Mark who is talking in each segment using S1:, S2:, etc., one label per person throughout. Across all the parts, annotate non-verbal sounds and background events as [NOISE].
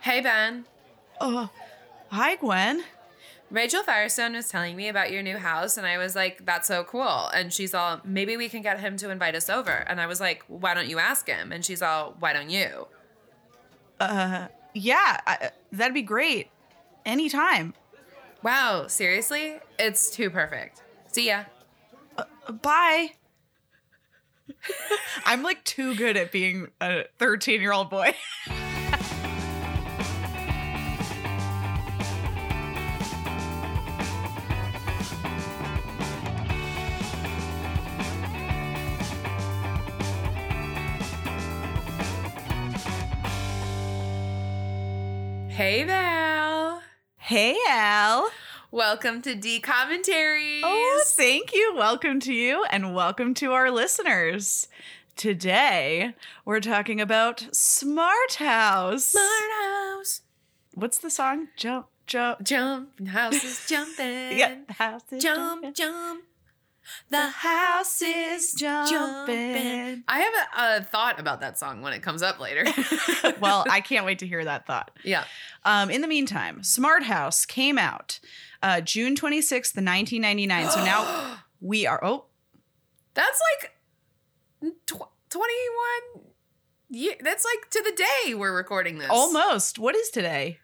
S1: Hey, Ben.
S2: Oh, hi, Gwen.
S1: Rachel Firestone was telling me about your new house, and I was like, that's so cool. And she's all, maybe we can get him to invite us over. And I was like, why don't you ask him? And she's all, why don't you?
S2: Uh, yeah, I, that'd be great. Anytime.
S1: Wow, seriously? It's too perfect. See ya.
S2: Uh, bye. [LAUGHS] I'm like too good at being a 13 year old boy. [LAUGHS]
S1: Hey, Val.
S2: Hey, Al.
S1: Welcome to D Commentaries.
S2: Oh, thank you. Welcome to you and welcome to our listeners. Today, we're talking about Smart House.
S1: Smart house.
S2: What's the song? Jump, jump.
S1: Jump. The house
S2: [LAUGHS]
S1: is jumping.
S2: Yeah, the house is
S1: Jump,
S2: jumping.
S1: jump. The house
S2: [LAUGHS]
S1: is jumping. I have a, a thought about that song when it comes up later.
S2: [LAUGHS] well, I can't wait to hear that thought.
S1: yeah.
S2: Um, in the meantime, Smart House came out uh, June 26th, 1999.
S1: [GASPS]
S2: So now we are, oh,
S1: That's like tw- 21 year that's like to the day we're recording this.
S2: almost. What is today?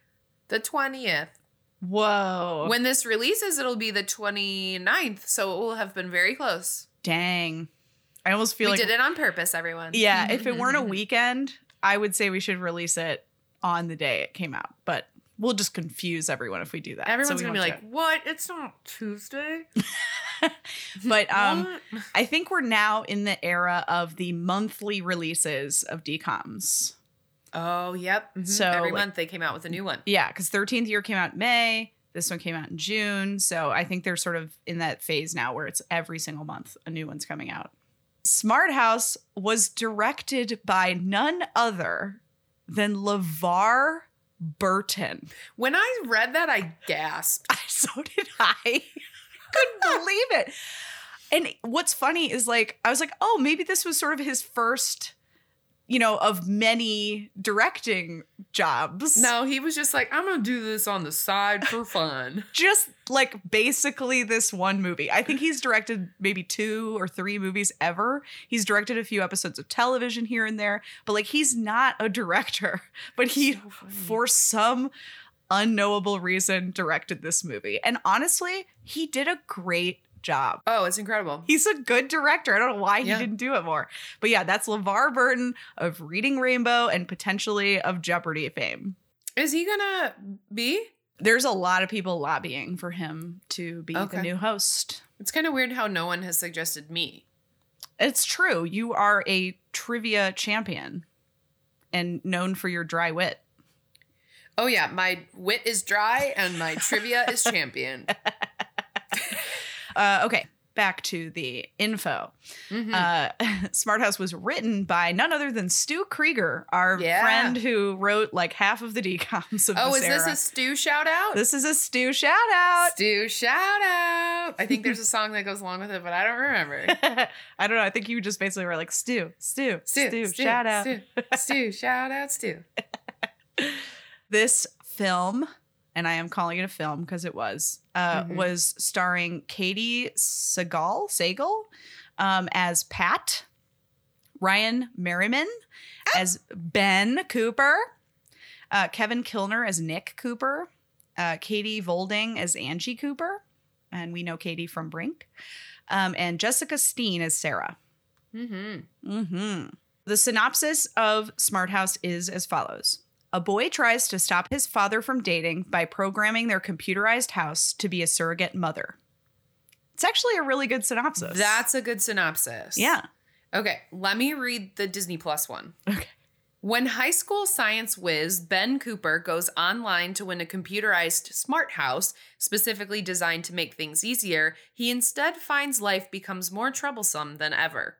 S1: The 20th.
S2: Whoa.
S1: When this releases it'll be the 29th, so it will have been very close.
S2: Dang. I almost feel
S1: we
S2: like
S1: did it on purpose, everyone. Mm-hmm.
S2: Yeah, if it
S1: [LAUGHS]
S2: weren't a weekend, I would say we should release it on the day it came out, but we'll just confuse everyone if we do that. So
S1: Everyone's
S2: we
S1: going to be
S2: won't
S1: like, "What? It's not Tuesday?"
S2: do it. but um
S1: [LAUGHS] What?
S2: I think we're now in the era of the monthly releases of DComs.
S1: Oh, yep. Mhm.
S2: So,
S1: every
S2: like-
S1: month they came out with a new one.
S2: Yeah, cuz 13th year came out in May, this one came out in June, so I think they're sort of in that phase now where it's every single month a new one's coming out. Smart House was directed by none other than LeVar Burton. [LAUGHS]
S1: When I read that, I gasped.
S2: I so did I. [LAUGHS] Couldn't believe it. And what's funny is like I was like, oh, maybe this was sort of his first, you know, of many directing jobs.
S1: No, he was just like, "I'm going to do this on the side for fun."
S2: Just like basically this one movie. I think he's directed maybe two or three movies ever. He's directed a few episodes of television here and there, but like he's not a director. [LAUGHS] But he
S1: So funny.
S2: for some unknowable reason directed this movie. And honestly, he did a great job.
S1: Oh, it's incredible.
S2: He's a good director. I don't know why he
S1: Yeah.
S2: didn't do it more. But yeah, that's LeVar Burton of Reading Rainbow and potentially of Jeopardy fame.
S1: Is he going to be?
S2: There's a lot of people lobbying for him to be
S1: Okay.
S2: the new host.
S1: It's kind of weird how no one has suggested me.
S2: It's true. You are a trivia champion and known for your dry wit.
S1: Oh yeah, my wit is dry and my trivia
S2: [LAUGHS]
S1: is champion.
S2: Uh, okay, back to the info.
S1: Mhm.
S2: Uh, [LAUGHS] Smart House was written by none other than Stu Krieger, our
S1: Yeah.
S2: friend who wrote like half of the decoms of
S1: oh,
S2: this
S1: is this
S2: era.
S1: a Stu shout out?
S2: this is a Stu shout out.
S1: Stu shout out. I think there's a song that goes along with it, but I don't remember.
S2: [LAUGHS] [LAUGHS] I don't know. I think you just basically were like Stu, Stu, Stu, shout out.
S1: Stu, Stu shout out, Stu.
S2: This film, and I am calling it a film because it was, uh,
S1: Mhm.
S2: was starring Katie Segal, Sagal, um, as Pat, Ryan Merriman as Ben Cooper, uh, Kevin Kilner as Nick Cooper, uh, Katie Volding as Angie Cooper, and we know Katie from Brink, um, and Jessica Steen as Sarah.
S1: Mm-hmm.
S2: Mm-hmm. The synopsis of Smart House is as follows. A boy tries to stop his father from dating by programming their computerized house to be a surrogate mother. It's actually a really good synopsis.
S1: That's a good synopsis.
S2: yeah.
S1: Okay, let me read the Disney Plus one.
S2: Okay.
S1: When high school science whiz Ben Cooper goes online to win a computerized smart house, specifically designed to make things easier, he instead finds life becomes more troublesome than ever.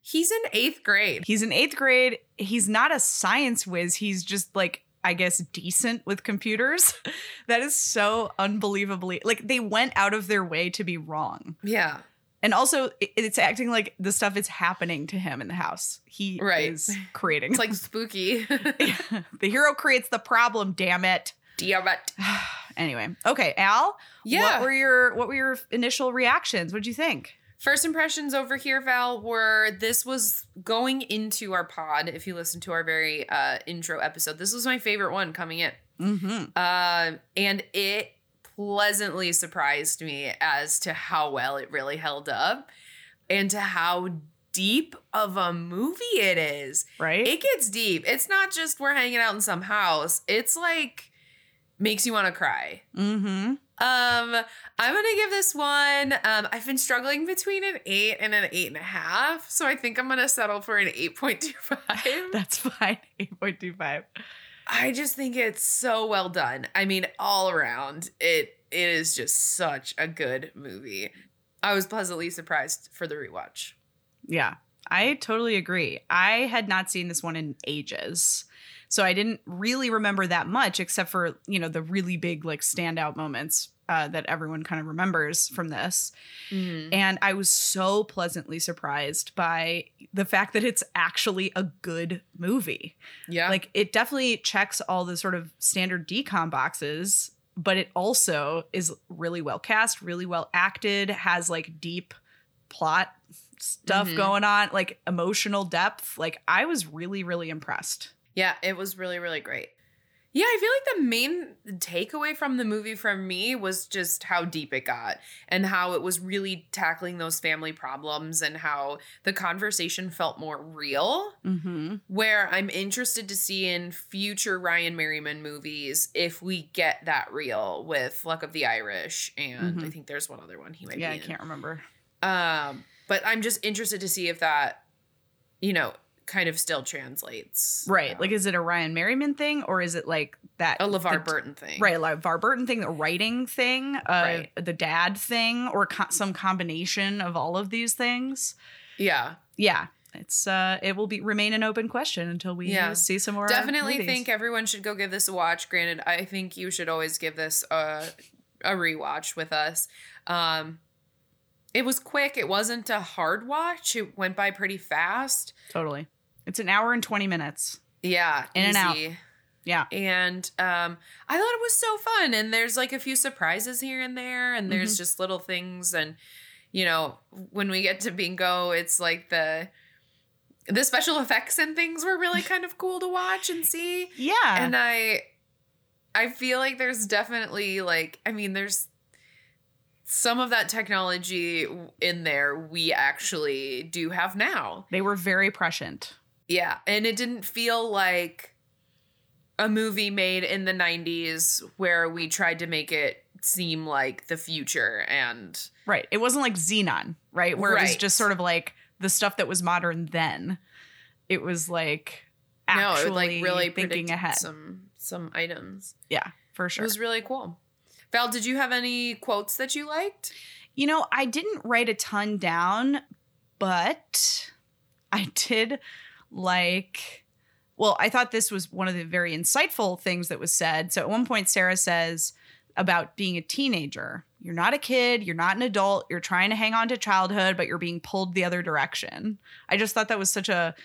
S1: He's in eighth grade.
S2: He's in eighth grade. He's not a science whiz. He's just like, I guess, decent with computers. [LAUGHS] that is so unbelievably like they went out of their way to be wrong.
S1: Yeah.
S2: And also, it- it's acting like the stuff is happening to him in the house. He
S1: Right.
S2: is creating.
S1: It's like [LAUGHS]
S2: [LAUGHS]
S1: spooky.
S2: the hero creates the problem. Damn it.
S1: Damn it.
S2: Anyway, okay, Al.
S1: Yeah.
S2: What were your What were your initial reactions? What did you think?
S1: First impressions over here, Val, were this was going into our pod. If you listen to our very uh, intro episode, this was my favorite one coming in.
S2: Mm-hmm.
S1: Uh, and it pleasantly surprised me as to how well it really held up and to how deep of a movie it is.
S2: Right.
S1: It gets deep. It's not just we're hanging out in some house, it's like makes you want to cry.
S2: mm-hmm. [LAUGHS]
S1: Um, I'm gonna give this one. Um, I've been struggling between an eight and an eight and a half, so I think I'm gonna settle for an eight point two five.
S2: That's fine. [LAUGHS] Eight point two five.
S1: I just think it's so well done. I mean, all around, it it is just such a good movie. I was pleasantly surprised for the rewatch.
S2: Yeah, I totally agree. I had not seen this one in ages. So I didn't really remember that much except for, you know, the really big like standout moments uh, that everyone kind of remembers from this. And I was so pleasantly surprised by the fact that it's actually a good movie.
S1: Yeah,
S2: Like it definitely checks all the sort of standard decom boxes, but it also is really well cast, really well acted, has like deep plot stuff
S1: Mhm.
S2: going on, like emotional depth. Like I was really, really impressed.
S1: Yeah, it was really, really great. Yeah, I feel like the main takeaway from the movie from me was just how deep it got and how it was really tackling those family problems and how the conversation felt more real.
S2: Mm-hmm.
S1: Where I'm interested to see in future Ryan Merriman movies if we get that real with Luck of the Irish and I
S2: Mhm.
S1: think there's one other one he might
S2: Yeah,
S1: be
S2: I
S1: in.
S2: can't remember.
S1: Um, but I'm just interested to see if that, you know, kind of still translates.
S2: Right.
S1: Um,
S2: Like, is it a Ryan Merriman thing or is it like that?
S1: a LeVar
S2: the-
S1: Burton thing.
S2: Right, like Var Burton thing, the writing thing, uh,
S1: Right.
S2: the dad thing, or co- some combination of all of these things.
S1: Yeah.
S2: yeah it's uh it will be remain an open question until we
S1: Yeah.
S2: see some more
S1: Definitely
S2: uh, movies.
S1: think e- everyone should go give this a watch. Granted, I think you should always give this a a rewatch with us. Um it was quick. It wasn't a hard watch. It went by pretty fast.
S2: totally it's an hour and 20 minutes
S1: Yeah.
S2: In and out.
S1: easy.
S2: Yeah.
S1: And um I thought it was so fun. And there's like a few surprises here and there, and there's
S2: Mm-hmm.
S1: just little things and you know, when we get to bingo, it's like the the special effects and things were really kind of cool to watch and see.
S2: yeah
S1: and i i feel like there's definitely like i mean there's some of that technology in there we actually do have now
S2: they were very prescient
S1: yeah and it didn't feel like a movie made in the 90s where we tried to make it seem like the future and
S2: right it wasn't like xenon right where it was
S1: Right.
S2: just sort of like the stuff that was modern then it was like
S1: no
S2: actually
S1: it would, like really
S2: thinking
S1: predicted
S2: ahead
S1: some some items
S2: yeah for sure
S1: it was really cool val did you have any quotes that you liked
S2: You know, I didn't write a ton down, but [LAUGHS] I did like. Well, I thought this was one of the very insightful things that was said. So at one point, Sarah says about being a teenager you're not a kid, you're not an adult, you're trying to hang on to childhood, but you're being pulled the other direction. I just thought that was such a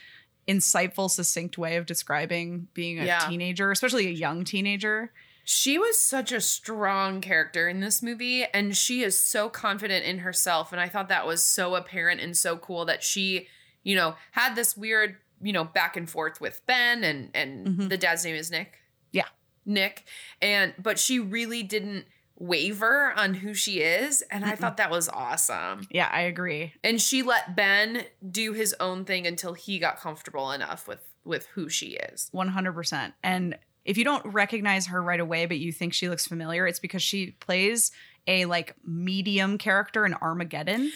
S2: insightful succinct way of describing being a
S1: Yeah.
S2: teenager especially a young teenager
S1: She was such a strong character in this movie, and she is so confident in herself. And I thought that was so apparent and so cool that she, you know, had this weird, you know, back and forth with Ben and and
S2: Mhm.
S1: the dad's name is Nick.
S2: Yeah.
S1: Nick. And but she really didn't waver on who she is. And I
S2: Mm-mm.
S1: thought that was awesome.
S2: yeah i agree
S1: And she let Ben do his own thing until he got comfortable enough with with who she is.
S2: 100%. And if you don't recognize her right away, but you think she looks familiar, it's because she plays a like medium character in Armageddon.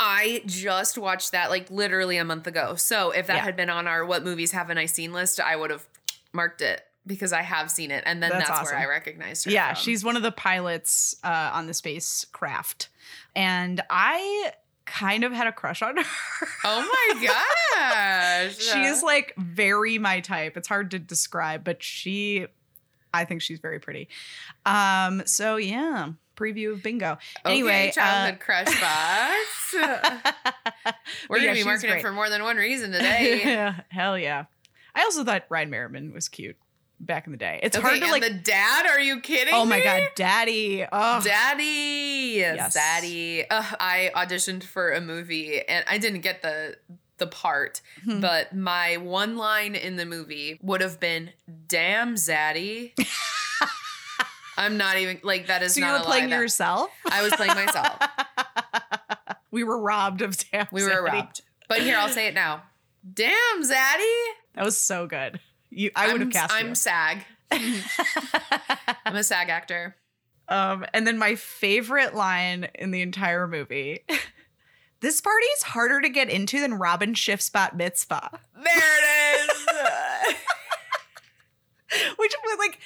S1: I just watched that like literally a month ago. So if that
S2: Yeah.
S1: had been on our what movies haven't I seen list, I would have marked it because I have seen it, and then
S2: That's
S1: that's,
S2: awesome.
S1: where I recognized her.
S2: Yeah,
S1: from.
S2: she's one of the pilots uh, on the spacecraft. And I kind of had a crush on her.
S1: [LAUGHS]
S2: [LAUGHS]
S1: Oh my gosh,
S2: she is like very my type. It's hard to describe, but she I think she's very pretty. Um, so yeah, preview of Bingo.
S1: okay,
S2: Anyway, uh,
S1: childhood
S2: [LAUGHS]
S1: crush box. We're
S2: But yeah,
S1: gonna be
S2: she's
S1: marking it
S2: great.
S1: for more than one reason today.
S2: Hell [LAUGHS] yeah. I also thought Ryan Merriman was cute back in the day. It's
S1: okay,
S2: hard to
S1: and
S2: like
S1: the dad. Are you kidding?
S2: Oh my
S1: me?
S2: god, daddy. Oh
S1: Daddy,
S2: Yes.
S1: Daddy. Ugh, I auditioned for a movie and I didn't get the the part,
S2: Hmm.
S1: but my one line in the movie would have been "Damn, Zaddy."
S2: [LAUGHS]
S1: I'm not even like that is
S2: so you
S1: not
S2: were
S1: a lie.
S2: playing
S1: That- [LAUGHS]
S2: yourself?
S1: I was playing
S2: [LAUGHS]
S1: myself.
S2: we were robbed of Damn
S1: We were
S2: Zaddy.
S1: robbed. But here, I'll say it now. Damn, Zaddy.
S2: That was so good. You I would
S1: I'm-
S2: have cast
S1: I'm
S2: you.
S1: SAG. [LAUGHS] I'm a SAG actor.
S2: [LAUGHS] Um, and then my favorite line in the entire
S1: [LAUGHS]
S2: movie. This party's harder to get into than Robin Schiff's bat mitzvah.
S1: There it is.
S2: [LAUGHS] Which was like,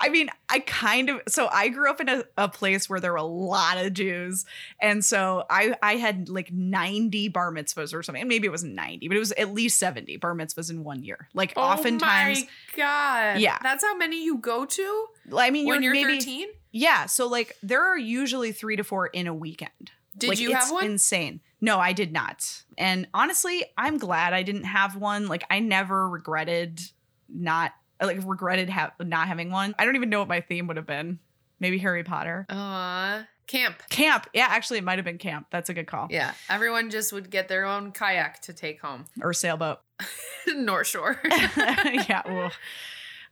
S2: I mean, I kind of so I grew up in a, a place where there were a lot of Jews. And so I I had like 90 bar mitzvahs or something. And maybe it wasn't 90, but it was at least 70 bar mitzvahs in one year. Like oftentimes,
S1: [LAUGHS] Oh my god.
S2: Yeah.
S1: That's how many you go to
S2: I mean,
S1: when
S2: you're
S1: you're
S2: maybe
S1: 13?
S2: yeah. So like there are usually three to four in a weekend.
S1: Did
S2: Like,
S1: you
S2: it's
S1: have one?
S2: Insane. No, I did not. And honestly, I'm glad I didn't have one. Like I never regretted not like regretted ha- not having one. I don't even know what my theme would have been. Maybe Harry Potter.
S1: Uh camp.
S2: Camp. Yeah, actually it might have been camp. That's a good call.
S1: Yeah. Everyone just would get their own kayak to take home. [LAUGHS]
S2: Or sailboat. [LAUGHS]
S1: North Shore.
S2: yeah. Well,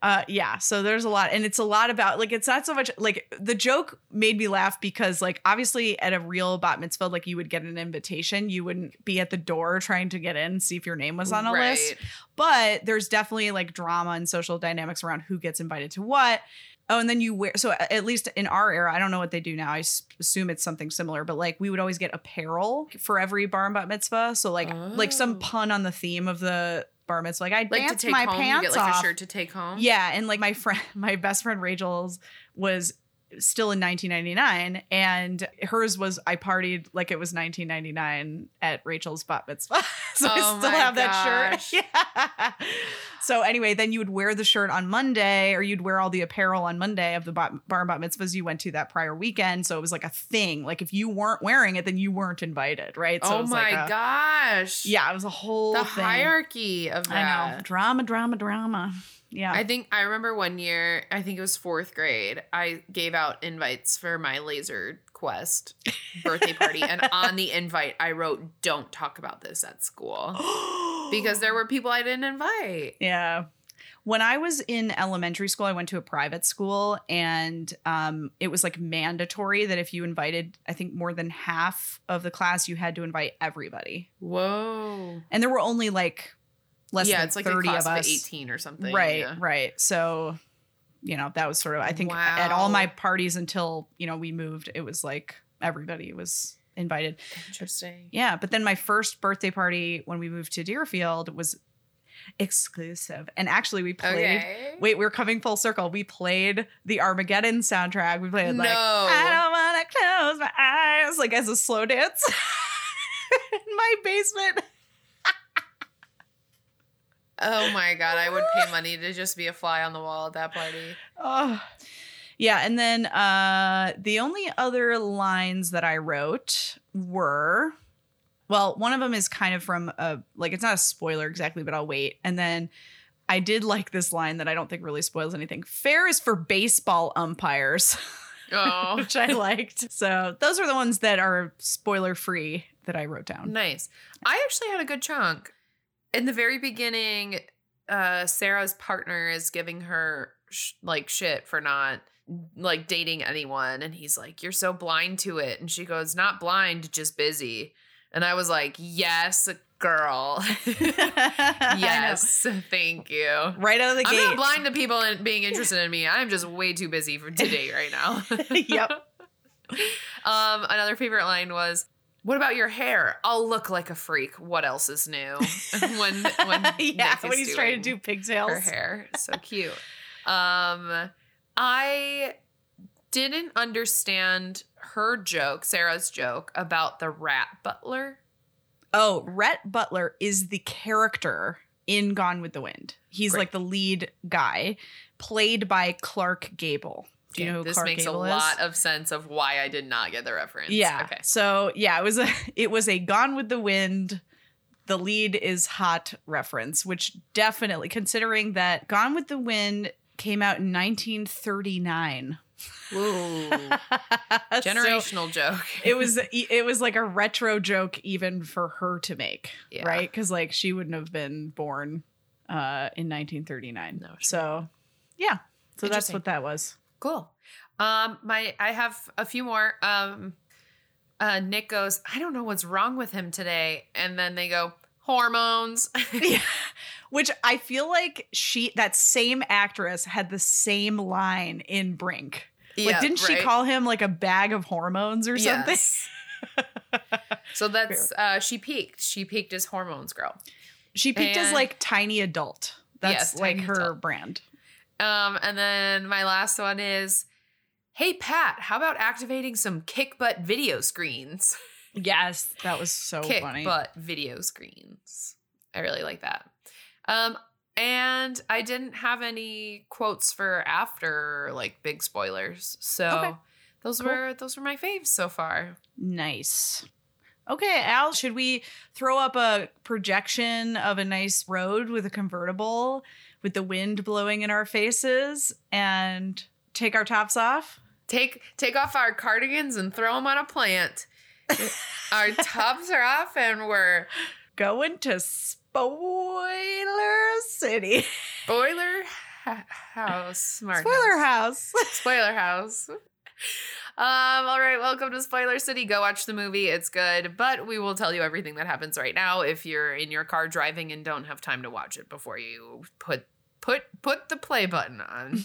S2: uh, yeah. So there's a lot, and it's a lot about like it's not so much like the joke made me laugh because like obviously at a real bat mitzvah like you would get an invitation, you wouldn't be at the door trying to get in see if your name was on a
S1: Right.
S2: list. But there's definitely like drama and social dynamics around who gets invited to what. Oh, and then you wear so a- at least in our era, I don't know what they do now. I s- assume it's something similar, but like we would always get apparel for every bar and bat mitzvah. So like like
S1: Oh.
S2: some pun on the theme of the bar mitzvah. Like I
S1: Like
S2: danced
S1: to take
S2: my
S1: home,
S2: pants
S1: you get like
S2: off.
S1: a shirt to take home.
S2: Yeah, and like my friend, [LAUGHS] my best friend Rachel's was still in 1999, and hers was I partied like it was 1999 at Rachel's bat mitzvah, [LAUGHS] so I
S1: Oh
S2: still
S1: my
S2: have that
S1: gosh.
S2: shirt. [LAUGHS] Yeah. So anyway, then you would wear the shirt on Monday, or you'd wear all the apparel on Monday of the bat, bar and bat mitzvahs you went to that prior weekend. So it was like a thing. Like if you weren't wearing it, then you weren't invited, right? So it
S1: oh
S2: was
S1: my
S2: like a-
S1: gosh.
S2: Yeah, it was a whole
S1: The
S2: thing.
S1: hierarchy of that.
S2: I know drama, drama, drama. Yeah.
S1: I think I remember one year, I think it was fourth grade, I gave out invites for my laser
S2: [LAUGHS]
S1: quest birthday party. and on the invite, I wrote, Don't talk about this at
S2: [GASPS]
S1: school. Because there were people I didn't invite.
S2: yeah when i was in elementary school i went to a private school and um, it was like mandatory that if you invited i think more than half of the class you had to invite everybody
S1: Whoa.
S2: and there were only like less
S1: yeah,
S2: than
S1: it's like
S2: 30
S1: a class
S2: of
S1: of,
S2: us
S1: 18 or something.
S2: right
S1: yeah.
S2: right so you know that was sort of i think at
S1: Wow.
S2: all my parties until you know we moved it was like everybody was invited
S1: Interesting.
S2: Yeah, but then my first birthday party when we moved to Deerfield was exclusive. And actually we played
S1: Okay.
S2: Wait, we were coming full circle. We played the Armageddon soundtrack. We played like
S1: No.
S2: I don't wanna close my eyes like as a slow dance [LAUGHS] in my basement.
S1: Oh my God. I would
S2: [LAUGHS]
S1: pay money to just be a fly on the wall at that party.
S2: Oh. Yeah, and then uh the only other lines that I wrote were well, one of them is kind of from a like it's not a spoiler exactly, but I'll wait. And then I did like this line that I don't think really spoils anything. Fair is for baseball umpires, [LAUGHS]
S1: Oh.
S2: which I liked. So those are the ones that are spoiler free that I wrote
S1: [LAUGHS]
S2: down.
S1: Nice. I actually had a good chunk. In the very beginning, uh, Sarah's partner is giving her sh- like shit for not like dating anyone, and he's like, "You're so blind to it," and she goes, "Not blind, just busy." And I was like, "Yes, girl. [LAUGHS]
S2: [LAUGHS] I know.
S1: yes, thank you."
S2: Right out of the
S1: I'm
S2: gate.
S1: not blind to people and being interested in me. I'm just way too busy for to date right now.
S2: [LAUGHS] yep.
S1: [LAUGHS] Um, another favorite line was, "What about your hair? I'll look like a freak. What else is new?" [LAUGHS] when when
S2: [LAUGHS]
S1: Nick
S2: yeah,
S1: is
S2: when he's trying to do
S1: doing
S2: pigtails.
S1: her hair, so cute. Um, I didn't understand her joke, Sarah's joke about the rat butler.
S2: Oh, Rhett Butler is the character in Gone with the Wind. He's
S1: Great.
S2: like the lead guy, played by Clark Gable. Do you know who
S1: this
S2: Clark
S1: makes
S2: Gable
S1: a
S2: is?
S1: lot of sense of why I did not get the reference.
S2: Yeah.
S1: Okay.
S2: So yeah, it was a [LAUGHS] it was a Gone with the Wind. The lead is hot reference, which definitely considering that Gone with the Wind came out in 1939.
S1: [LAUGHS] Woo.
S2: [LAUGHS] So
S1: Generational joke.
S2: it was it was like a retro joke even for her to make,
S1: Yeah.
S2: right? Because like she wouldn't have been born uh, in 1939.
S1: No, sure.
S2: So yeah, so that's
S1: Interesting.
S2: what
S1: [LAUGHS]
S2: that was. [LAUGHS]
S1: Cool. Um, my I have a few more. Um, uh, Nick goes, I don't know what's wrong with him today, and then they go hormones. [LAUGHS]
S2: Yeah. Which I feel like she that same actress had the same line in Brink. Like
S1: Yeah,
S2: didn't
S1: right?
S2: she call him like a bag of hormones or something?
S1: Yes. [LAUGHS] so that's uh, she peaked. She peaked as hormones girl.
S2: She peaked as
S1: And-
S2: like tiny adult. That's
S1: Yes,
S2: like
S1: tiny
S2: her
S1: adult.
S2: brand.
S1: Um, and then my last one is, hey Pat, how about activating some kick butt video screens?
S2: Yes, that was so
S1: kick
S2: funny.
S1: butt video screens. I really like that. Um, and I didn't have any quotes for after like big spoilers, so
S2: Okay.
S1: those
S2: Cool.
S1: were those were my faves so far.
S2: Nice. Okay, Al, should we throw up a projection of a nice road with a convertible with the wind blowing in our faces and take our tops off?
S1: Take take off our cardigans and throw them on a
S2: [LAUGHS]
S1: plant. our tops are off and we're
S2: Going to Spoiler City.
S1: boiler ha- house smart
S2: Spoiler House. [LAUGHS]
S1: Spoiler house. Um, all right, welcome to Spoiler City. Go watch the movie. It's good, but we will tell you everything that happens right now if you're in your car driving and don't have time to watch it before you put put put the play button on.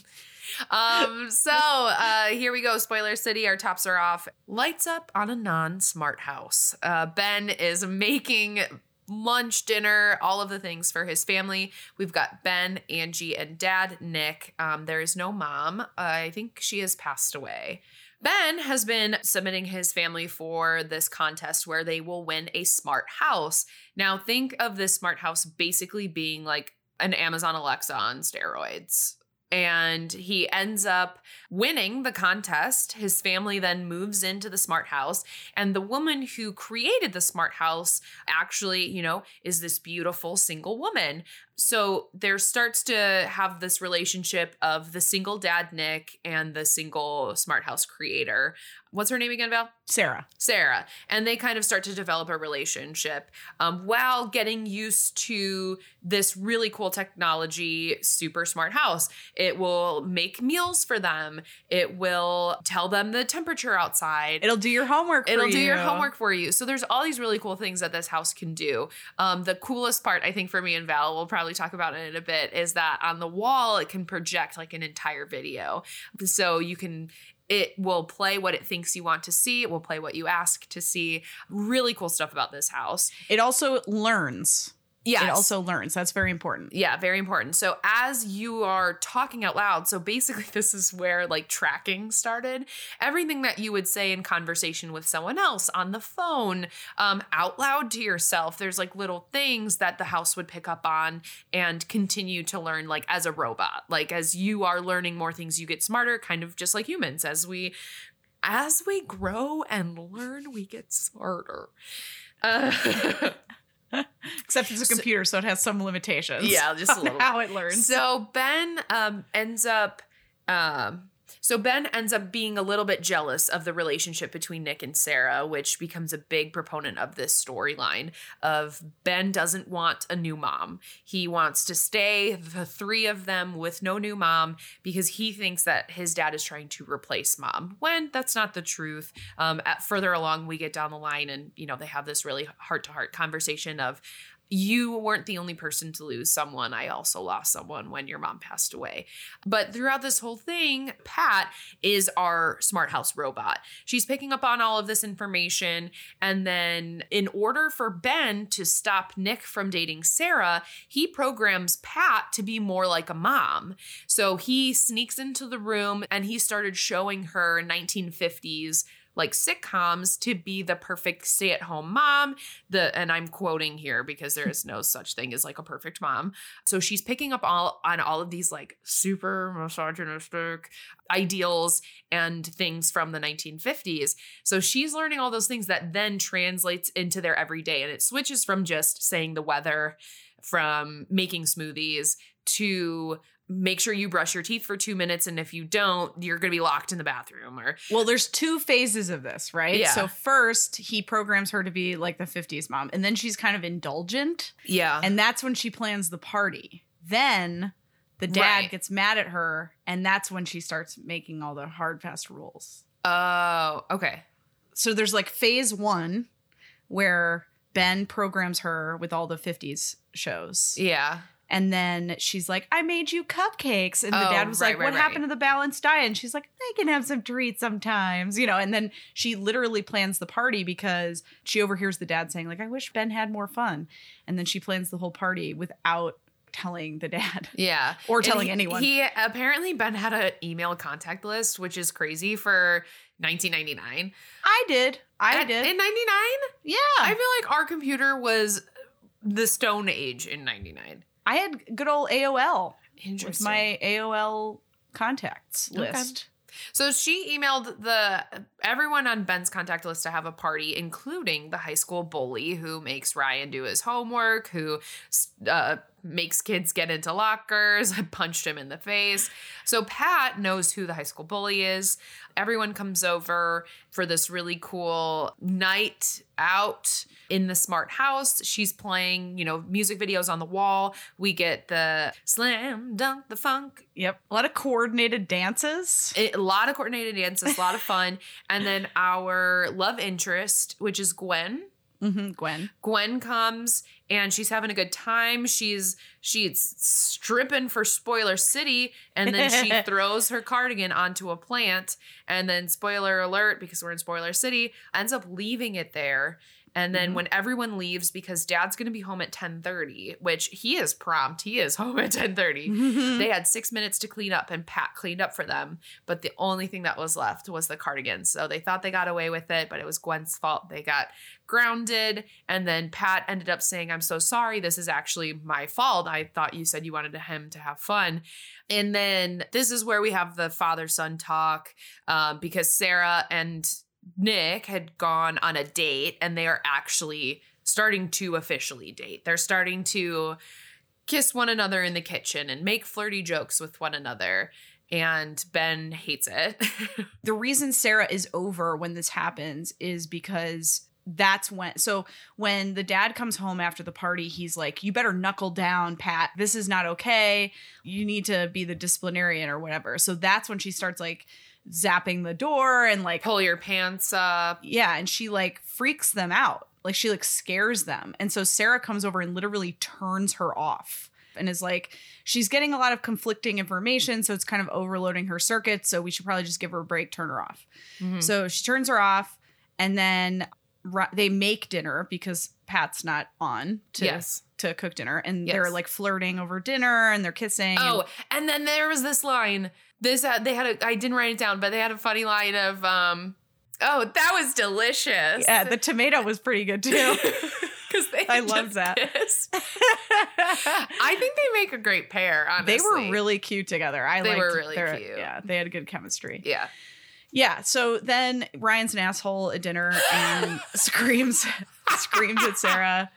S1: Um, so uh here we go. Spoiler City, our tops are off. Lights up on a non-smart house. Uh Ben is making lunch, dinner, all of the things for his family. We've got Ben, Angie, and Dad, Nick. Um, there is no mom. I think she has passed away. Ben has been submitting his family for this contest where they will win a smart house. Now, think of this smart house basically being like an Amazon Alexa on steroids. And he ends up winning the contest. His family then moves into the smart house. And the woman who created the smart house actually, you know, is this beautiful single woman so there starts to have this relationship of the single dad Nick and the single smart house creator. What's her name again, Val?
S2: Sarah.
S1: Sarah. And they kind of start to develop a relationship um, while getting used to this really cool technology, super smart house. It will make meals for them, it will tell them the temperature outside.
S2: It'll do your homework. for
S1: It'll do your
S2: you.
S1: homework for you. So there's all these really cool things that this house can do. Um, the coolest part, I think, for me and Val, we'll probably talk about it in a bit, is that on the wall it can project like an entire video. So you can. It will play what it thinks you want to see. It will play what you ask to see. Really cool stuff about this house.
S2: It also learns.
S1: Yeah.
S2: It also learns. That's very important.
S1: Yeah, very important. So as you are talking out loud, so basically [LAUGHS] this is where like tracking started. Everything that you would say in conversation with someone else on the phone, um, out loud to yourself. There's like little things that the house would pick up on and continue to learn, like as a robot. Like as you are learning more things, you get smarter, kind of just like humans. As we as we grow and learn, we get smarter. [LAUGHS] Uh,
S2: Except it's a
S1: So-
S2: computer, so it has some limitations.
S1: yeah, just a
S2: [LAUGHS] on
S1: little.
S2: How it learns.
S1: So Ben um, ends up. Um, so Ben ends up being a little bit jealous of the relationship between Nick and Sarah, which becomes a big proponent of this storyline of Ben doesn't want a new mom. He wants to stay the three of them with no new mom because he thinks that his dad is trying to replace mom when that's not the truth. Um, at further along we get down the line and you know they have this really heart-to-heart conversation of you weren't the only person to lose someone. I also lost someone when your mom passed away. But throughout this whole thing, Pat is our smart house robot. She's picking up on all of this information. And then, in order for Ben to stop Nick from dating Sarah, he programs Pat to be more like a mom. So he sneaks into the room and he started showing her 1950s like sitcoms to be the perfect stay-at-home mom. The and I'm quoting here because there is no such thing as like a perfect mom. So she's picking up all on all of these like super misogynistic ideals and things from the 1950s. So she's learning all those things that then translates into their everyday and it switches from just saying the weather from making smoothies to make sure you brush your teeth for two minutes and if you don't you're going to be locked in the bathroom or
S2: Well, there's two phases of this, right?
S1: Yeah.
S2: So first, he programs her to be like the 50s mom, and then she's kind of indulgent,
S1: yeah
S2: and that's when she plans the party. Then the dad
S1: Right.
S2: gets mad at her, and that's when she starts making all the hard fast rules.
S1: oh okay
S2: So there's like phase 1 where Ben programs her with all the 50s shows.
S1: yeah
S2: And then she's like, I made you cupcakes. And the
S1: Oh,
S2: dad was
S1: right,
S2: like,
S1: right,
S2: What
S1: right.
S2: happened to the balanced diet? And she's like, I can have some treats sometimes, you know. And then she literally plans the party because she overhears the dad saying, like, I wish Ben had more fun. And then she plans the whole party without telling the dad [LAUGHS]
S1: yeah
S2: or
S1: And
S2: telling
S1: he-
S2: anyone.
S1: He apparently Ben had an email contact list, which is crazy for 1999.
S2: I did. I
S1: At-
S2: did.
S1: in 99.
S2: yeah.
S1: I
S2: I,
S1: feel like our computer was the Stone Age in 99.
S2: had good old AOL with
S1: Interesting.
S2: my AOL contacts
S1: Okay.
S2: list.
S1: so she emailed the everyone on Ben's contact list to have a party, including the high school bully who makes Ryan do his homework, who uh, makes kids get into lockers. [LAUGHS] I punched him in the face. So Pat knows who the high school bully is. Everyone comes over for this really cool night out in the smart house. She's playing, you know, music videos on the wall. We get the slam dunk, the funk,
S2: Yep. A lot of coordinated dances.
S1: a lot of coordinated dances, a lot of fun. And then our love interest, which is Gwen.
S2: hmm Gwen.
S1: Gwen comes and she's having a good time. She's she's stripping for Spoiler City, and then she throws her cardigan onto a plant. And then spoiler alert, because we're in Spoiler City, ends up leaving it there. And then
S2: Mhm.
S1: when everyone leaves, because Dad's going to be home at ten thirty, which he is prompt, he is home at ten thirty. [LAUGHS]
S2: Mm-hmm.
S1: They had six minutes to clean up, and Pat cleaned up for them. But the only thing that was left was the cardigan. So they thought they got away with it, but it was Gwen's fault. They got grounded. And then Pat ended up saying, I'm so sorry. This is actually my fault. I thought you said you wanted him to have fun. And then this is where we have the father son talk um, because Sarah and Nick had gone on a date and they are actually starting to officially date. They're starting to kiss one another in the kitchen and make flirty jokes with one another. And Ben hates it. [LAUGHS]
S2: the reason Sarah is over when this happens is because that's when so when the dad comes home after the party he's like you better knuckle down pat this is not okay you need to be the disciplinarian or whatever so that's when she starts like zapping the door and like
S1: Pull your pants up.
S2: yeah and she like freaks them out like she like scares them and so sarah comes over and literally turns her off and is like she's getting a lot of conflicting information so it's kind of overloading her circuit so we should probably just give her a break turn her off
S1: So
S2: so she turns her off, and then Ri- they make dinner because Pat's not on to
S1: yes.
S2: to cook dinner, and
S1: Yes.
S2: they're like flirting over dinner and they're kissing. and-
S1: Oh, and then there was this line. This uh, they had a. I didn't write it down, but they had a funny line of, um, "Oh, that was delicious."
S2: [LAUGHS]
S1: [LAUGHS]
S2: yeah, the tomato was pretty good too. [LAUGHS]
S1: because they.
S2: I loved
S1: just
S2: that.
S1: kissed. I think they make a great pair. Honestly,
S2: they were really cute together. I
S1: They
S2: liked
S1: were really
S2: their-
S1: cute.
S2: Yeah, they had good chemistry.
S1: Yeah.
S2: Yeah. So then Ryan's an asshole at dinner and screams screams at Sarah.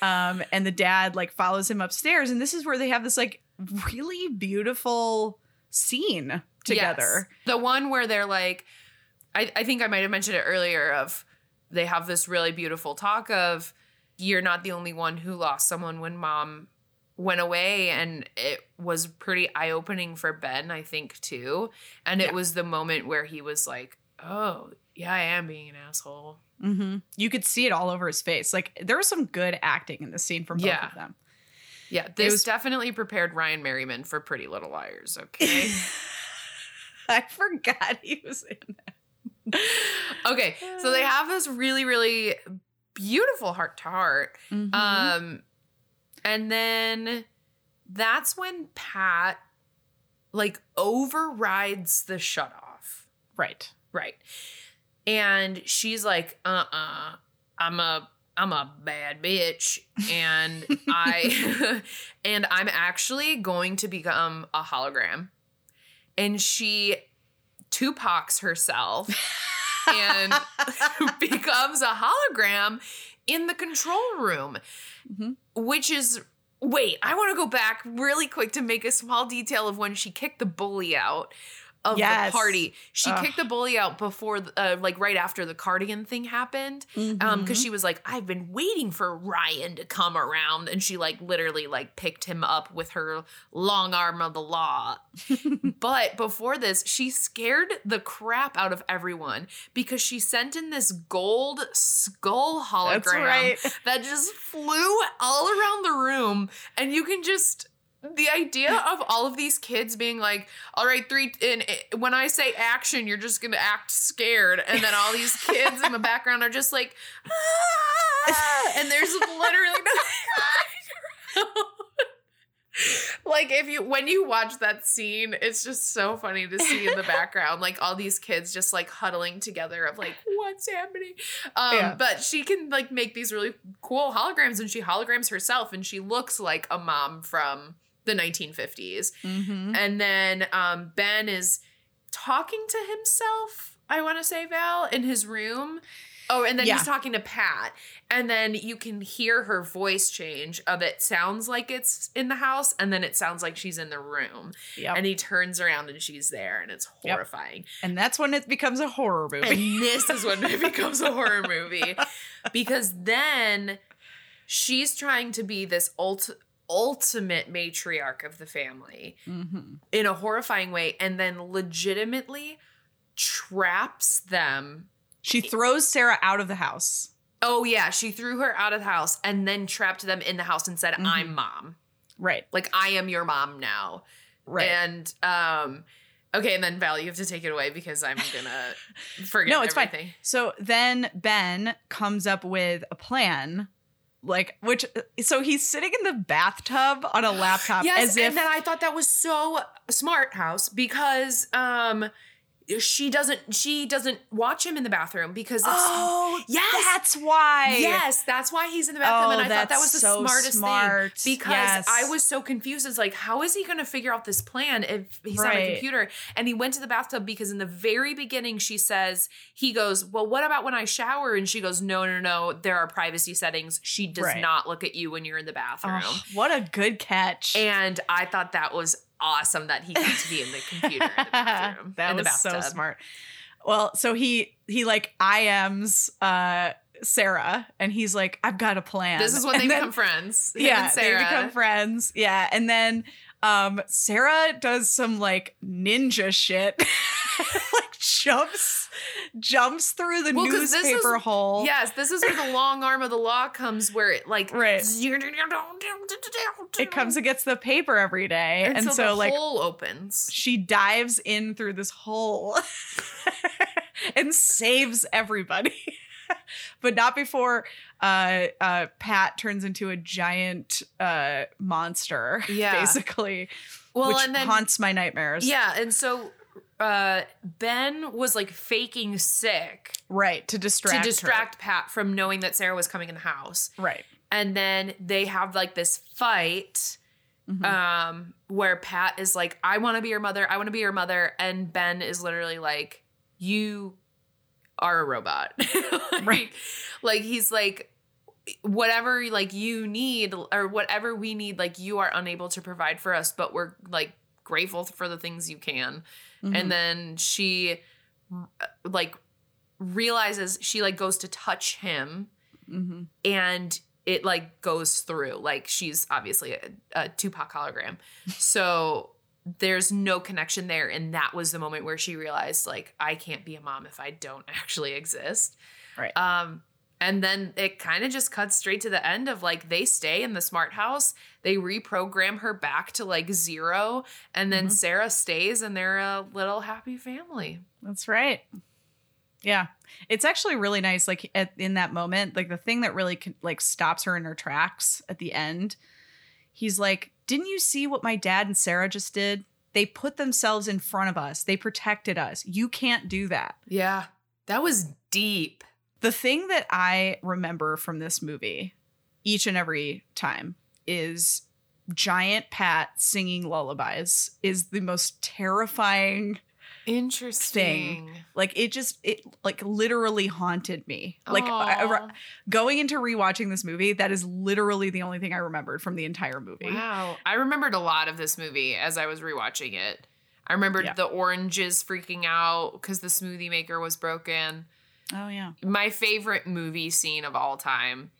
S2: Um, and the dad like follows him upstairs, and this is where they have this like really beautiful scene
S1: Yes.
S2: together.
S1: The one where they're like, I, I think I might have mentioned it earlier of they have this really beautiful talk of you're not the only one who lost someone when mom went away and it was pretty eye-opening for Ben, I think, too. And it
S2: Yeah.
S1: was the moment where he was like, Oh, yeah, I am being an asshole.
S2: hmm You could see it all over his face. Like there was some good acting in this scene from both
S1: Yeah.
S2: of them.
S1: Yeah, this
S2: was-
S1: definitely prepared Ryan Merriman for Pretty Little Liars, [LAUGHS]
S2: [LAUGHS]
S1: okay?
S2: I forgot he was in.
S1: okay, so they have this really, really beautiful heart to heart.
S2: Mhm.
S1: Um, and then that's when Pat like overrides the shut off.
S2: right.
S1: Right. and she's like, "Uh, uh-uh, uh, i am a, I'm a bad bitch, and I, [LAUGHS] and I'm actually going to become a hologram," and she, Tupac's herself, and [LAUGHS] becomes a hologram in the control room,
S2: Mhm.
S1: which is. Wait, I want to go back really quick to make a small detail of when she kicked the bully out of the
S2: Yes.
S1: party. She
S2: Ugh.
S1: kicked the bully out before, the- uh, like right after the cardigan thing happened, um,
S2: Mm-hmm.
S1: because she was like, "I've been waiting for Ryan to come around," and she like literally like picked him up with her long arm of the
S2: [LAUGHS]
S1: law. but before this, she scared the crap out of everyone because she sent in this gold skull hologram
S2: That's right.
S1: that just flew all around the room and you can just the idea of all of these kids being like all right three and uh, when i say action you're just gonna act scared and then all these kids in the background are just like "Ah," and there's literally nothing like if you when you watch that scene it's just so funny to see in the background like all these kids just like huddling together of like what's happening um
S2: Yeah.
S1: but she can like make these really cool holograms and she holograms herself and she looks like a mom from the 1950s
S2: Mhm.
S1: and then um ben is talking to himself i want to say val in his room oh and then
S2: Yeah.
S1: he's talking to pat and then you can hear her voice change of it sounds like it's in the house and then it sounds like she's in the room
S2: Yep.
S1: and he turns around and she's there and it's
S2: Yep.
S1: horrifying
S2: And that's when it becomes a horror movie.
S1: and this is when [LAUGHS] it becomes a horror movie because then she's trying to be this ult- ultimate matriarch of the family
S2: Mhm.
S1: in a horrifying way and then legitimately traps them.
S2: She throws Sarah out of the house.
S1: Oh, yeah, she threw her out of the house and then trapped them in the house and said,
S2: Mhm.
S1: I'm mom.
S2: Right.
S1: Like, I am your mom now.
S2: Right.
S1: And, um, okay, and then Val, you have to take it away because I'm gonna
S2: [LAUGHS]
S1: forget
S2: No, it's fine.
S1: everything.
S2: So then Ben comes up with a plan, like which so he's sitting in the bathtub on a laptop
S1: Yes,
S2: Um, as if
S1: and then I thought that was so smart, House, because um, she doesn't she doesn't watch him in the bathroom
S2: [GASPS]
S1: because it's,
S2: oh
S1: Yes.
S2: that's why
S1: yes, that's why he's in the bathroom, and
S2: Oh,
S1: I thought that
S2: that's
S1: was the
S2: so
S1: smartest
S2: smart.
S1: thing because
S2: Yes.
S1: I was so confused. It's like, how is he going to figure out this plan if he's on a
S2: Right.
S1: computer? And he went to the bathtub because in the very beginning she says he goes, "Well, what about when I shower?" And she goes, "No, no, no. There are privacy settings. She does
S2: Right.
S1: not look at you when you're in the bathroom."
S2: Oh, what a good catch
S1: And I thought that was awesome that he got to be in the computer in the bathroom.
S2: [LAUGHS] that
S1: in the
S2: was so
S1: bathtub.
S2: smart well so he he like IMs uh Sarah and he's like I've got a plan
S1: This is when
S2: And
S1: they
S2: then-
S1: become friends. Him
S2: [LAUGHS] yeah
S1: and Sarah.
S2: they become friends yeah and then um sarah does some like ninja shit [LAUGHS] like jumps jumps through the
S1: Well, 'cause this is-
S2: newspaper hole
S1: Yes, this is where the long arm of the law comes, where it like [LAUGHS]
S2: Right. it comes and gets the paper every day and, so,
S1: the
S2: like
S1: hole opens.
S2: she dives in through this hole [LAUGHS] and saves everybody [LAUGHS] but not before uh, uh, pat turns into a giant uh, monster
S1: Yeah.
S2: basically
S1: Well,
S2: which
S1: and then
S2: haunts my nightmares
S1: yeah, and so uh, Ben was like faking sick
S2: Right, to distract.
S1: to
S2: her.
S1: distract Pat from knowing that Sarah was coming in the house,
S2: Right.
S1: and then they have like this fight.
S2: Mhm.
S1: um where pat is like i want to be your mother i want to be your mother and ben is literally like you are a robot [LAUGHS] like,
S2: Right.
S1: like he's like whatever like you need or whatever we need like you are unable to provide for us but we're like grateful for the things you can
S2: mm-hmm,
S1: and then she uh, like realizes she like goes to touch him
S2: Mhm.
S1: and it like goes through like she's obviously a, a tupac hologram so there's no connection there and that was the moment where she realized like i can't be a mom if i don't [LAUGHS] actually exist
S2: Right.
S1: um and then it kind of just cuts straight to the end of like they stay in the smart house they reprogram her back to like zero and then
S2: Mhm.
S1: sarah stays and they're a little happy family
S2: that's right. Yeah, it's actually really nice. Like at, in that moment, like the thing that really con- like stops her in her tracks at the end. He's like, "Didn't you see what my dad and Sarah just did? They put themselves in front of us. They protected us. You can't do that."
S1: yeah That was deep.
S2: The thing that I remember from this movie each and every time is Giant Pat singing lullabies is the most terrifying.
S1: Interesting.
S2: Like it just it like literally haunted me. Like I- I-
S1: Aw,
S2: going into rewatching this movie, that is literally the only thing I remembered from the entire movie.
S1: wow. I remembered a lot of this movie as I was rewatching it. I remembered
S2: Yeah.
S1: the oranges freaking out because the smoothie maker was broken.
S2: Oh yeah.
S1: My favorite movie scene of all time: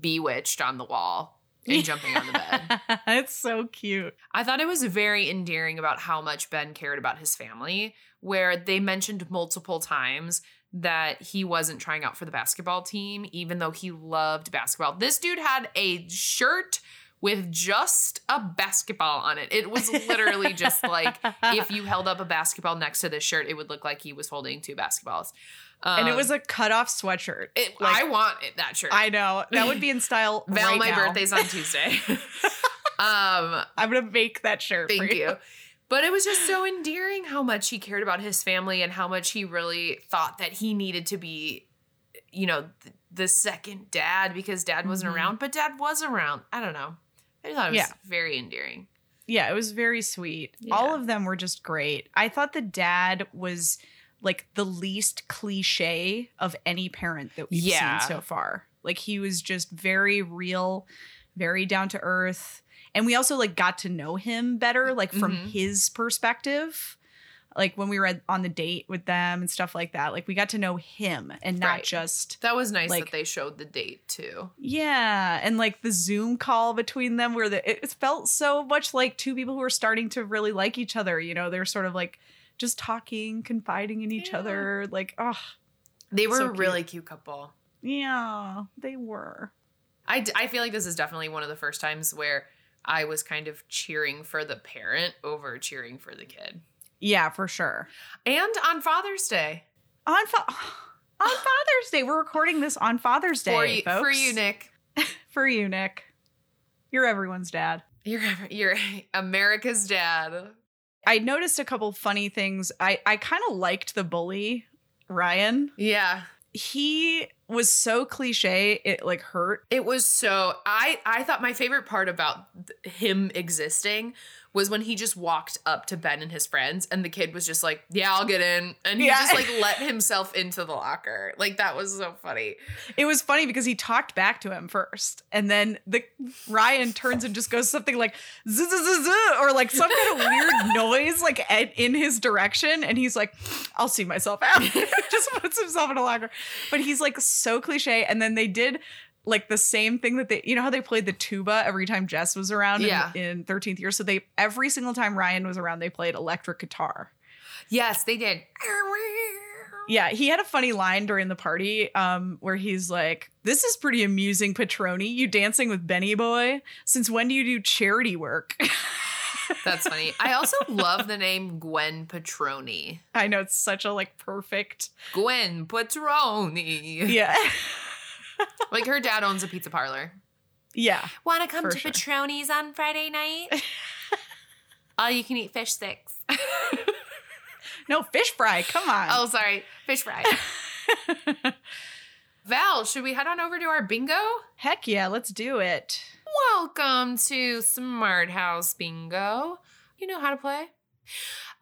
S1: Bewitched on the wall and jumping
S2: [LAUGHS]
S1: on the bed.
S2: it's so cute.
S1: I thought it was very endearing about how much Ben cared about his family, where they mentioned multiple times that he wasn't trying out for the basketball team, even though he loved basketball. This dude had a shirt with just a basketball on it. It was literally just
S2: [LAUGHS]
S1: like if you held up a basketball next to this shirt, it would look like he was holding two basketballs. Um,
S2: and it was a cutoff sweatshirt.
S1: it-
S2: like-
S1: I want it, that shirt.
S2: I know. That would be in style.
S1: Val,
S2: right
S1: my
S2: now.
S1: birthday's on
S2: [LAUGHS]
S1: Tuesday. um,
S2: I'm gonna make that shirt. for
S1: Thank [LAUGHS] you. But it was just so endearing how much he cared about his family and how much he really thought that he needed to be, you know, th- the second dad because dad wasn't
S2: Mhm.
S1: around, but dad was around. I don't know. I thought it was
S2: Yeah.
S1: very endearing.
S2: Yeah, it was very sweet.
S1: Yeah.
S2: All of them were just great. I thought the dad was like the least cliche of any parent that we've
S1: Yeah.
S2: seen so far. Like he was just very real, very down to earth. And we also like got to know him better, like from
S1: Mhm.
S2: his perspective. Like when we were on the date with them and stuff like that. Like we got to know him and not
S1: Right.
S2: just
S1: That was nice
S2: Like-
S1: that they showed the date too.
S2: yeah, and like the Zoom call between them, where the, it it felt so much like two people who were starting to really like each other. You know, they're sort of like just talking, confiding in each
S1: Yeah.
S2: other. Like, oh,
S1: They were
S2: So
S1: a
S2: cute.
S1: really cute couple.
S2: yeah, they were.
S1: I, d- I feel like this is definitely one of the first times where I was kind of cheering for the parent over cheering for the kid.
S2: Yeah, for sure.
S1: And on Father's Day.
S2: On fa- [SIGHS] on Father's Day, we're recording this on Father's Day
S1: for, you,
S2: folks.
S1: for you, Nick.
S2: For you, Nick. You're everyone's dad.
S1: You're [LAUGHS] you're America's dad.
S2: I noticed a couple funny things. I I kind of liked the bully Ryan.
S1: Yeah.
S2: He was so cliche, it like hurt.
S1: It was so I I thought my favorite part about th- him existing was when he just walked up to Ben and his friends and the kid was just like, "Yeah, I'll get in." And he
S2: Yeah.
S1: just like [LAUGHS] let himself into the locker. Like that was so funny.
S2: It was funny because he talked back to him first, and then the Ryan turns and just goes something like "Zzz, zzz, zzz, zzz," or like some kind of weird noise like at, in his direction, and he's like, "I'll see myself out." [LAUGHS] just puts himself in a locker, but he's like so cliche. And then they did like the same thing that they, you know how they played the tuba every time Jess was around in-
S1: Yeah.
S2: in thirteenth year. So they every single time Ryan was around, they played electric guitar.
S1: Yes, they did.
S2: Yeah, he had a funny line during the party um, where he's like, This is pretty amusing, Patroni. You dancing with Benny Boy? Since when do you do charity work?
S1: [LAUGHS]
S2: [LAUGHS]
S1: That's funny. I also love the name Gwen Petroni.
S2: I know it's such a like perfect.
S1: [LAUGHS] Gwen Petroni.
S2: Yeah.
S1: Like her dad owns a pizza parlor.
S2: yeah.
S1: Want to come
S2: For
S1: to
S2: sure.
S1: Petroni's on Friday [LAUGHS] night? All you can eat fish [LAUGHS] sticks.
S2: No, fish fry. Come on.
S1: oh, sorry, fish fry. [LAUGHS] Val, should we head on over to our bingo?
S2: Heck yeah, let's do it.
S1: Welcome to Smart House Bingo. You know how to play.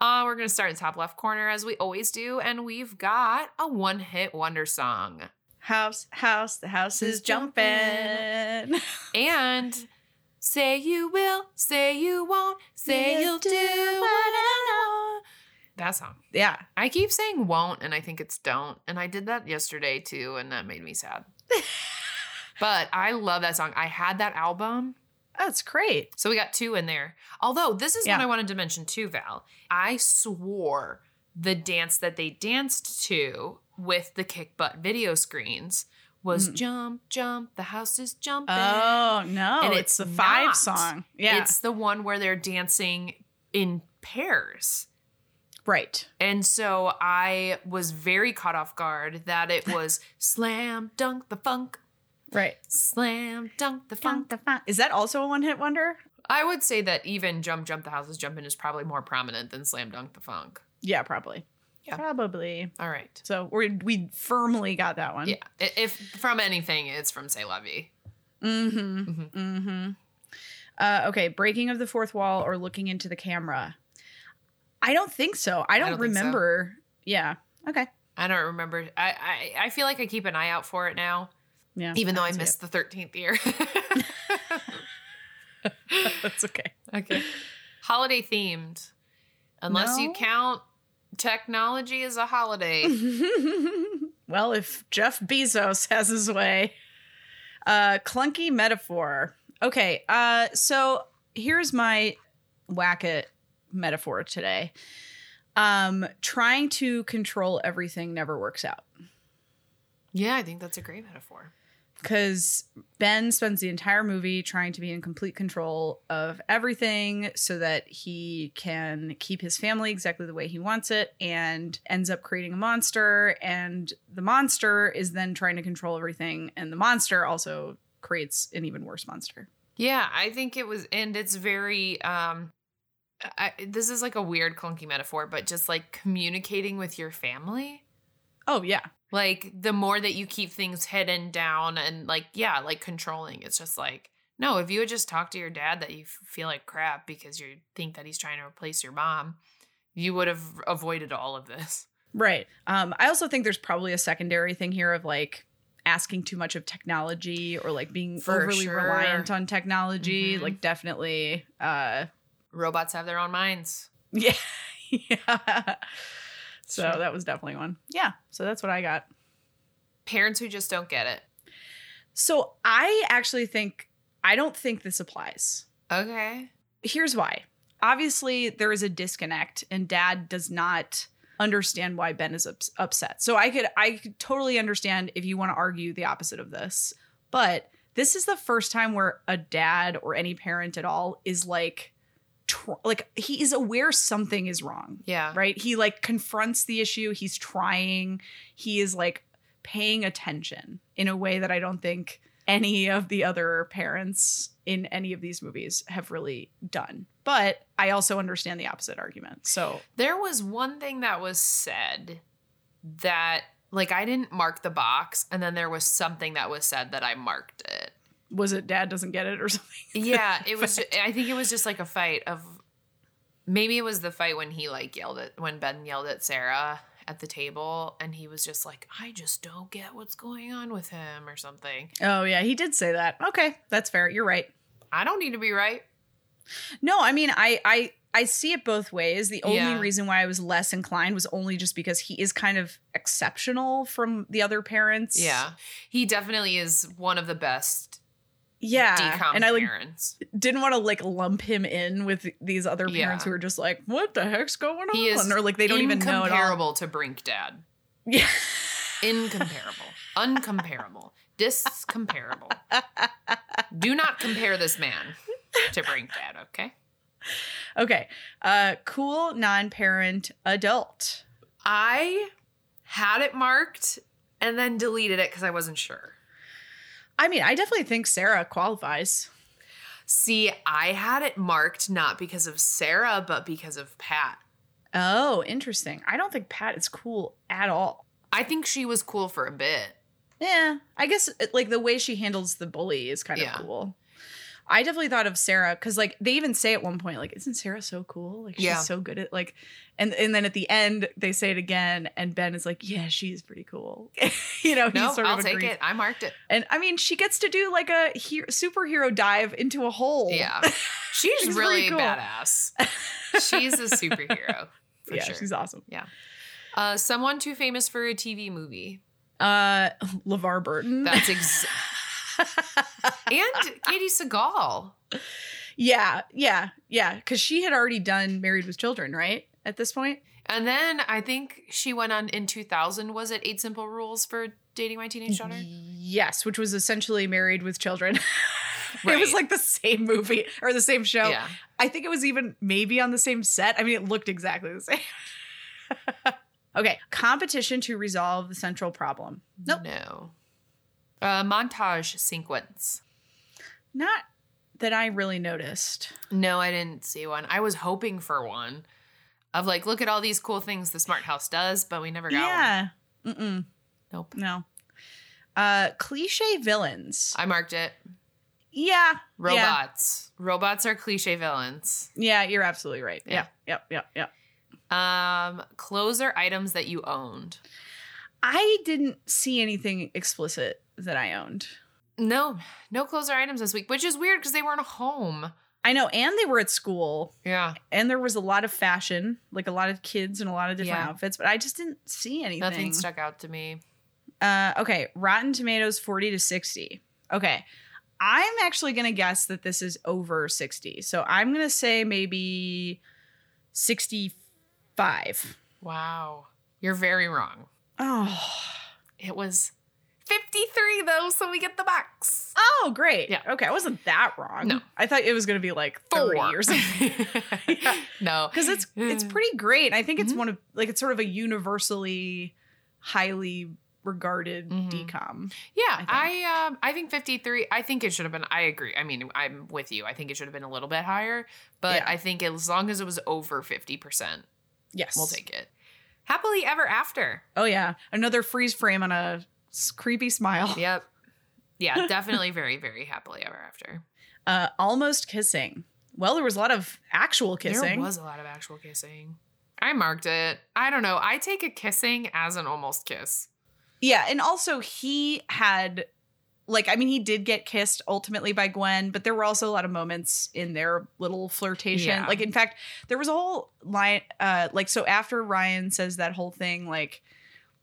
S1: Uh, we're going to start in top left corner as we always do, and we've got a one hit wonder song.
S2: House, house, the house is jumping.
S1: And say you will, say you won't, say
S2: Yes,
S1: you'll do
S2: do
S1: what I know. That song.
S2: [LAUGHS] Yeah.
S1: I keep saying won't and I think it's don't. And I did that yesterday too, and that made me
S2: [LAUGHS]
S1: sad. but I love that song. I had that album.
S2: That's great.
S1: So we got two in there. Although this is what
S2: Yeah.
S1: I wanted to mention too, Val. I swore the dance that they danced to with the kick butt video screens was
S2: Mm.
S1: jump, jump, the house is jumping.
S2: Oh, no.
S1: And
S2: it's,
S1: it's
S2: the five
S1: not.
S2: song. Yeah.
S1: It's the one where they're dancing in pairs.
S2: right.
S1: And so I was very caught off guard that it was slam dunk the funk,
S2: Right.
S1: slam dunk the funk.
S2: Is that also a one hit wonder?
S1: I would say that even jump jump the houses jumping is probably more prominent than slam dunk the funk.
S2: Yeah, probably.
S1: Yeah.
S2: Probably.
S1: All right.
S2: So we we firmly got that one.
S1: Yeah. I- If from anything, it's from Say La Vie.
S2: Mm-hmm.
S1: Mhm.
S2: Mm-hmm. Uh, okay, breaking of the fourth wall or looking into the camera. I don't think so. I don't,
S1: don't think so.
S2: remember. Yeah. Okay.
S1: I don't remember. I, I I feel like I keep an eye out for it now,
S2: Yeah.
S1: even though I
S2: see it.
S1: missed the thirteenth year.
S2: [LAUGHS]
S1: [LAUGHS]
S2: That's okay.
S1: okay. Holiday themed, unless you
S2: No.
S1: count technology as a holiday.
S2: [LAUGHS] well, if Jeff Bezos has his way. Uh, clunky metaphor. Okay. Uh, so here's my whack it metaphor today. Um, trying to control everything never works out.
S1: yeah, I think that's a great metaphor.
S2: because Ben spends the entire movie trying to be in complete control of everything so that he can keep his family exactly the way he wants it and ends up creating a monster. And the monster is then trying to control everything. And the monster also creates an even worse monster.
S1: Yeah, I think it was, and it's very. um I, This is like a weird clunky metaphor, but just like communicating with your family.
S2: Oh, yeah.
S1: Like the more that you keep things hidden down and like yeah, like controlling. It's just like no, if you would just talk to your dad that you f- feel like crap because you think that he's trying to replace your mom, you would have avoided all of this.
S2: Right. Um, I also think there's probably a secondary thing here of like asking too much of technology or like being
S1: For
S2: overly
S1: sure.
S2: reliant on technology.
S1: Mhm.
S2: Like, definitely. Uh,
S1: Robots have their own minds.
S2: [LAUGHS] Yeah. yeah. So
S1: Sure.
S2: that was definitely one. Yeah. So that's what I got.
S1: Parents who just don't get it.
S2: So I actually think, I don't think this applies.
S1: Okay.
S2: Here's why. Obviously, there is a disconnect, and dad does not understand why Ben is ups- upset. So I could I could totally understand if you want to argue the opposite of this. But this is the first time where a dad or any parent at all is like tr- like he is aware something is wrong.
S1: Yeah.
S2: right? He like confronts the issue. He's trying. He is like paying attention in a way that I don't think any of the other parents in any of these movies have really done. But I also understand the opposite argument. So,
S1: There was one thing that was said that like I didn't mark the box and then there was something that was said that I marked it.
S2: was it dad doesn't get it or [LAUGHS] something?
S1: Yeah, it was I think it was just like a fight of maybe it was the fight when he like yelled at when Ben yelled at Sarah at the table and he was just like I just don't get what's going on with him or something.
S2: Oh, yeah, he did say that. Okay, that's fair. You're right.
S1: I don't need to be right.
S2: No, I mean, I I I see it both ways. The only
S1: Yeah.
S2: reason why I was less inclined was only just because he is kind of exceptional from the other parents.
S1: Yeah. He definitely is one of the best
S2: Yeah.
S1: decom
S2: and I like
S1: parents.
S2: didn't want to like lump him in with these other parents
S1: Yeah.
S2: who are just like, what the heck's going on?
S1: He is
S2: or like they don't even know at all.
S1: Incomparable to Brink Dad.
S2: [LAUGHS] Yeah.
S1: Incomparable. Uncomparable. Discomparable. Do not compare this man to Brink Dad, okay?
S2: Okay. Uh, cool non-parent adult.
S1: I had it marked and then deleted it because I wasn't sure.
S2: I mean, I definitely think Sarah qualifies.
S1: See, I had it marked not because of Sarah, but because of Pat.
S2: Oh, interesting. I don't think Pat is cool at all.
S1: I think she was cool for a bit.
S2: Yeah, I guess it- like the way she handles the bully is kind
S1: Yeah.
S2: of cool. I definitely thought of Sarah because like they even say at one point like isn't Sarah so cool like she's
S1: Yeah.
S2: so good at like and and then at the end they say it again and Ben is like yeah she's pretty cool [LAUGHS] [LAUGHS] you know
S1: No,
S2: he sort
S1: I'll
S2: of
S1: take
S2: agrees
S1: it. I marked it.
S2: and I mean she gets to do like a he- superhero dive into a hole [LAUGHS]
S1: Yeah. She's,
S2: She's pretty
S1: really
S2: cool.
S1: badass. She's a
S2: [LAUGHS]
S1: superhero for
S2: yeah
S1: sure.
S2: she's awesome
S1: Uh, someone too famous for a TV movie.
S2: uh [LAUGHS] LeVar Burton
S1: That's ex- and Katie Seagal.
S2: [LAUGHS] yeah yeah yeah because she had already done Married with Children right at this point
S1: And then I think she went on in 2000. Was it Eight Simple Rules for Dating My Teenage Daughter?
S2: Yes, which was essentially Married with Children. [LAUGHS] it
S1: Right.
S2: was like the same movie or the same show.
S1: Yeah.
S2: I think it was even maybe on the same set. I mean, it looked exactly the [LAUGHS] same. okay, competition to resolve the central problem. Nope,
S1: No. Uh, montage sequence.
S2: not that I really noticed.
S1: No, I didn't see one. I was hoping for one. of like, look at all these cool things the smart house does, but we never got one.
S2: Yeah. Mm-mm.
S1: Nope.
S2: No. Uh, cliche villains.
S1: I marked it.
S2: Yeah.
S1: Robots. Robots are cliche villains.
S2: Yeah, you're absolutely right. Yeah.
S1: Yeah.
S2: Yep. Yep. Yep.
S1: Um, clothes are items that you owned.
S2: I didn't see anything explicit that I owned.
S1: No, no clothes or items this week, which is weird because they weren't home.
S2: I know, and they were at school,
S1: Yeah,
S2: and there was a lot of fashion, like a lot of kids and a lot of different
S1: Yeah.
S2: outfits, but I just didn't see anything.
S1: nothing stuck out to me.
S2: Uh, okay, Rotten Tomatoes 40 to 60. Okay, I'm actually going to guess that this is over 60. So I'm going to say maybe 65.
S1: Wow, you're very wrong.
S2: Oh,
S1: It was 53 though, so we get the box.
S2: oh great.
S1: Yeah.
S2: Okay, I wasn't that wrong.
S1: No.
S2: I thought it was going to be like 30
S1: [LAUGHS]
S2: or something. Yeah.
S1: No,
S2: Because it's
S1: [SIGHS]
S2: it's pretty great. I think it's
S1: Mhm.
S2: one of like it's sort of a universally highly regarded
S1: Mhm.
S2: decom.
S1: Yeah,
S2: I
S1: I, um I think 53. I think it should have been I agree. I mean, I'm with you. I think it should have been a little bit higher, but
S2: Yeah.
S1: I think as long as it was over 50%,
S2: Yes.
S1: we'll take it. Happily ever after.
S2: Oh yeah, another freeze frame on a s- creepy smile.
S1: Yep. Yeah, definitely very very happily ever after.
S2: Uh, almost kissing. Well, there was a lot of actual
S1: There
S2: kissing.
S1: was a lot of actual kissing. I marked it. I don't know. I take a kissing as an almost kiss.
S2: Yeah, and also he had like I mean he did get kissed ultimately by Gwen, but there were also a lot of moments in their little flirtation.
S1: Yeah.
S2: Like in fact, there was a whole line uh like so after Ryan says that whole thing like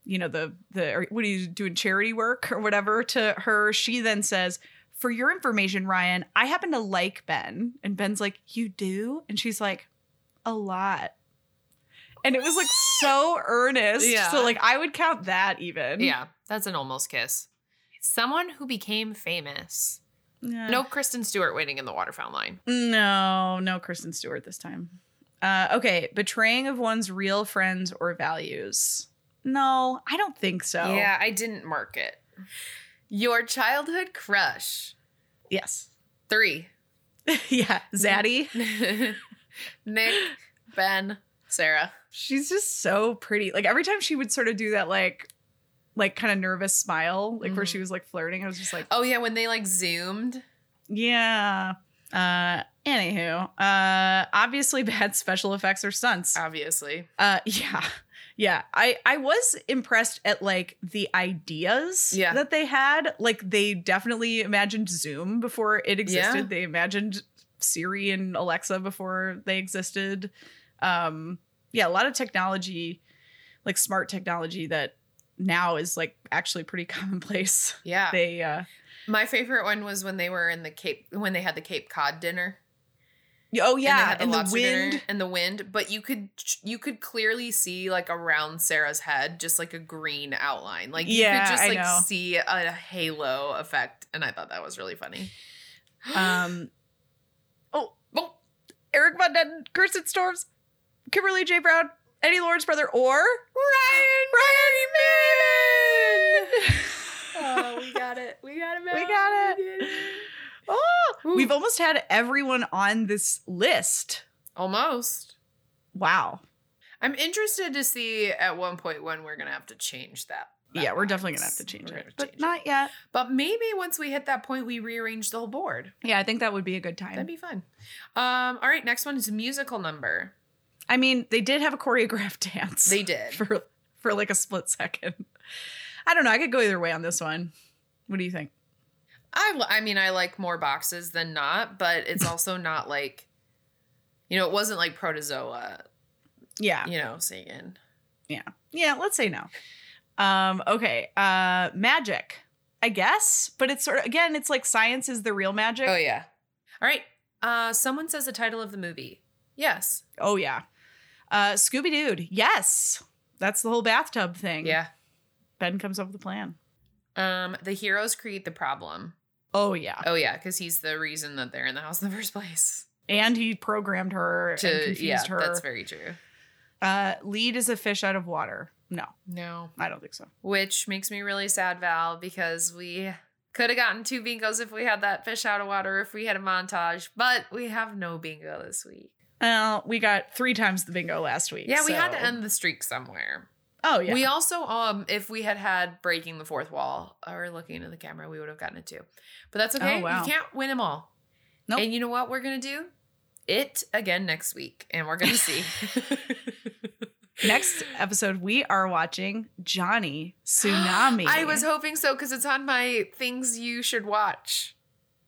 S2: you know the the or what are you doing charity work or whatever to her, she then says for your information, Ryan, I happen to like Ben. And Ben's like, You do? And she's like, A lot. And it was like so earnest.
S1: Yeah.
S2: So, like, I would count that even.
S1: Yeah, that's an almost kiss. Someone who became famous.
S2: Yeah.
S1: No Kristen Stewart waiting in the waterfowl line.
S2: No, no Kristen Stewart this time. Uh, okay, betraying of one's real friends or values. No, I don't think so.
S1: Yeah, I didn't mark it. Your childhood crush.
S2: Yes. [LAUGHS]
S1: Three.
S2: yeah. Zaddy.
S1: [LAUGHS] Nick, Ben, Sarah.
S2: She's just so pretty. Like every time she would sort of do that, like, like kind of nervous smile, like where
S1: Mhm.
S2: she was like flirting. I was just like,
S1: Oh yeah, when they like zoomed.
S2: yeah. Uh, anywho, uh, obviously [LAUGHS] bad special effects or stunts.
S1: Obviously.
S2: Uh [LAUGHS] yeah. Yeah. I I was impressed at like the ideas
S1: Yeah.
S2: that they had. Like they definitely imagined Zoom before it existed. They imagined Siri and Alexa before they existed. Um yeah, a lot of technology like smart technology that now is like actually pretty [LAUGHS] commonplace.
S1: Yeah.
S2: They uh
S1: My favorite one was when they were in the Cape when they had the Cape Cod dinner.
S2: oh yeah,
S1: and, they had
S2: and the,
S1: lobster
S2: wind.
S1: dinner and the wind, but you could you could clearly see like around Sarah's head just like a green outline. Like you
S2: Yeah,
S1: could just
S2: I
S1: like
S2: know.
S1: see a halo effect and I thought that was really funny. [GASPS]
S2: Um Oh,
S1: Oh,
S2: Eric Von Detten, Kirsten Storms, Kimberly J. Brown, Eddie Lawrence brother, or Ryan Ryan Merriman.
S1: oh, we got it. We got it.
S2: [LAUGHS] We got
S1: it.
S2: Oh,
S1: Ooh.
S2: we've almost had everyone on this list.
S1: Almost.
S2: Wow.
S1: I'm interested to see at one point when we're gonna have to change that. that
S2: yeah, we're
S1: box.
S2: definitely gonna have to change
S1: We're
S2: it,
S1: gonna
S2: but
S1: change
S2: not yet.
S1: But maybe once we hit that point, we rearrange the whole board.
S2: Yeah, I think that would be a good time.
S1: That'd be fun. Um, all right, next one is musical number.
S2: I mean, they did have a choreographed [LAUGHS] dance.
S1: They did.
S2: for for like a split second. I don't know. I could go either way on this one. What do you think?
S1: I, li- I mean, I like more boxes than not, but
S2: [LAUGHS]
S1: it's also not like, you know, it wasn't like protozoa,
S2: Yeah.
S1: you know, singing.
S2: Yeah, let's say no. Um, okay. Uh magic, I guess. But it's sort of again, it's like science is the real magic.
S1: Oh, yeah. All right. Uh, someone says the title of the movie. Yes.
S2: Oh, yeah. Uh Scooby Dude, yes. That's the whole bathtub thing.
S1: Yeah.
S2: Ben comes up with a plan.
S1: Um, the heroes create the problem.
S2: Oh yeah.
S1: Oh, yeah, because he's the reason that they're in the house in the [LAUGHS] first place.
S2: And he programmed her
S1: To,
S2: and confused
S1: yeah,
S2: her.
S1: that's very true.
S2: uh lead is a fish out of water. No,
S1: No.
S2: I don't think so.
S1: Which makes me really sad, Val, because we could have gotten two bingos if we had that fish out of water, if we had a montage, but we have no bingo this week.
S2: Uh, we got three times the bingo last week.
S1: Yeah, we had to
S2: so-
S1: end the streak somewhere.
S2: Oh yeah,
S1: We also, um, if we had had breaking the fourth wall or looking into the camera, we would have gotten it too. But that's okay.
S2: Oh, wow.
S1: You can't win them all.
S2: Nope.
S1: And you know what we're gonna do? It again next week, and we're gonna see.
S2: [LAUGHS]
S1: [GASPS]
S2: Next episode, we are watching Johnny Tsunami.
S1: I was hoping so because it's on my things you should watch,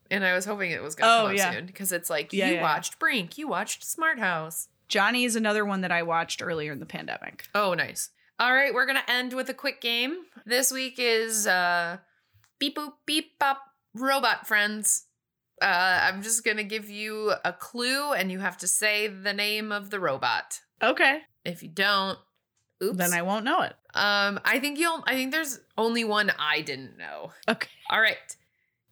S1: and I was hoping it was gonna
S2: Oh,
S1: come up
S2: yeah.
S1: soon because it's like you
S2: Yeah, yeah, yeah.
S1: watched Brink, you watched Smart House.
S2: Johnny is another one that I watched earlier in the pandemic.
S1: Oh, nice. All right, we're gonna end with a quick game. This week is uh, beep boop beep bop robot friends. Uh, I'm just gonna give you a clue, and you have to say the name of the robot.
S2: Okay,
S1: If you don't, oops.
S2: then I won't know it.
S1: um, I think you'll. I think there's only one I didn't know.
S2: Okay.
S1: All right.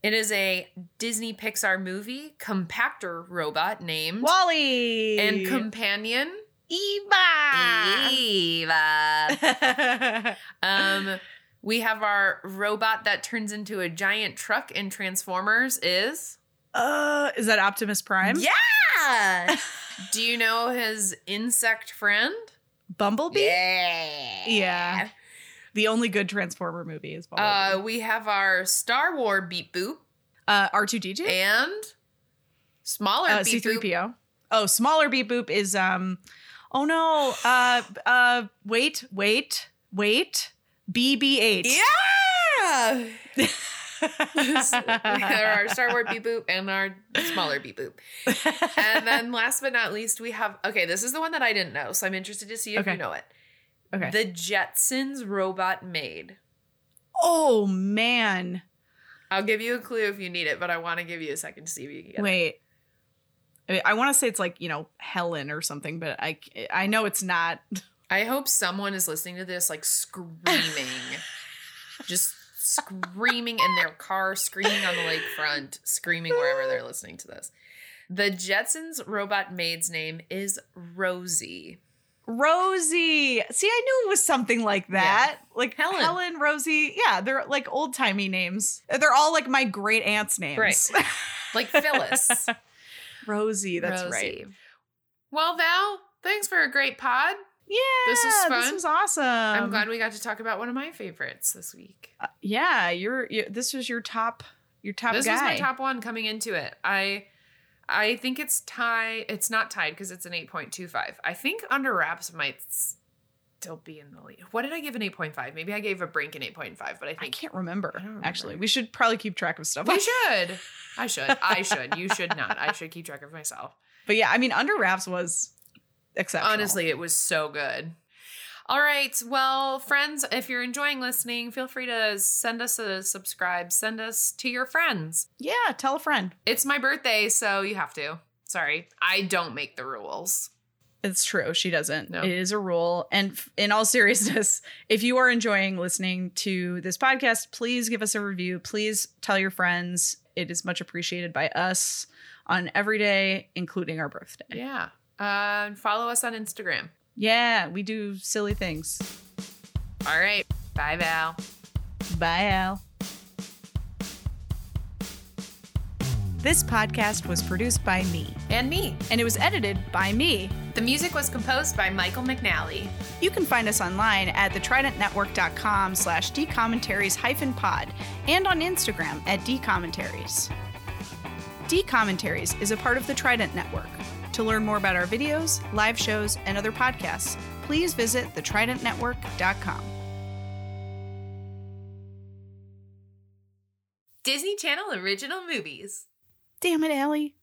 S1: It is a Disney Pixar movie compactor robot named
S2: Wally
S1: and companion [LAUGHS]
S2: Eva.
S1: Eva. Um, we have our robot that turns into a giant truck in Transformers is.
S2: uh, is that Optimus Prime? [LAUGHS]
S1: Yeah. Do you know his insect friend?
S2: Bumblebee.
S1: Yeah.
S2: Yeah. The only good Transformer movie is
S1: Uh,
S2: Bumblebee.
S1: we have our Star War beep boop
S2: Uh, R two D two.
S1: and smaller
S2: Uh, C
S1: beep
S2: three
S1: boop.
S2: PO. Oh, smaller beep boop is um. Oh no. Uh. Uh. Wait. Wait. Wait. BB eight.
S1: [LAUGHS] Yeah. [LAUGHS] we have
S2: there
S1: our Star Wars beep boop and our smaller beep boop.
S2: [LAUGHS]
S1: and then last but not least, we have okay, this is the one that I didn't know, so I'm interested to see if
S2: Okay.
S1: you know it.
S2: Okay.
S1: The Jetsons robot maid.
S2: oh man.
S1: I'll give you a clue if you need it, but I want to give you a second to see if you can get it.
S2: Wait. I, mean, I want to say it's like you know Helen or something, but I c- I know it's not.
S1: I hope someone is listening to this like screaming.
S2: [LAUGHS]
S1: just screaming in their car, screaming on the lakefront, screaming wherever they're listening to this. The Jetsons robot maid's name is Rosie.
S2: Rosie. See, I knew it was something like that. Like
S1: Helen.
S2: Helen. Rosie. Yeah, they're like old timey names. They're all like my great aunt's names.
S1: Right. Like Phyllis.
S2: [LAUGHS] Rosie, [LAUGHS] that's right.
S1: Well, Val, thanks for a great pod.
S2: Yeah.
S1: This was fun.
S2: This was awesome.
S1: I'm glad we got to talk about one of my favorites this week.
S2: Uh, Yeah, you're, you this was your top your top
S1: this
S2: guy.
S1: was my top one coming into it. I I think it's tie. It's not tied because it's an 8.25. I think Under Wraps might s- still be in the lead. What did I give an 8.5? Maybe I gave a brink an 8.5, but I
S2: I
S1: think
S2: can't remember,
S1: I don't remember.
S2: actually. We should probably keep track of stuff.
S1: we
S2: [LAUGHS]
S1: should. I should. I should. You should not. I should keep track of myself.
S2: But yeah, I mean Under Wraps was exceptional.
S1: Honestly, it was so good. All right. Well, friends, if you're enjoying listening, feel free to send us a subscribe, send us to your friends.
S2: Yeah, tell a friend.
S1: It's my birthday, so you have to. Sorry. I don't make the rules.
S2: It's true. She doesn't.
S1: No.
S2: It is a rule. And f- in all [LAUGHS] seriousness, if you are enjoying listening to this podcast, please give us a review. Please tell your friends. It is much appreciated by us on every day, including our birthday.
S1: Yeah.
S2: Yeah,
S1: Uh, follow us on Instagram.
S2: we do silly things.
S1: All right. Bye, Val.
S2: Bye, Al. This podcast was produced by me,
S1: And me.
S2: and it was edited by me.
S1: The music was composed by Michael McNally.
S2: You can find us online at thetridentnetwork.com slash decommentaries hyphen pod and on Instagram at decommentaries. Decommentaries is a part of the Trident Network. To learn more about our videos, live shows, and other podcasts, please visit thetridentnetwork.com.
S1: Disney Channel Original Movies.
S2: Damn it, Allie.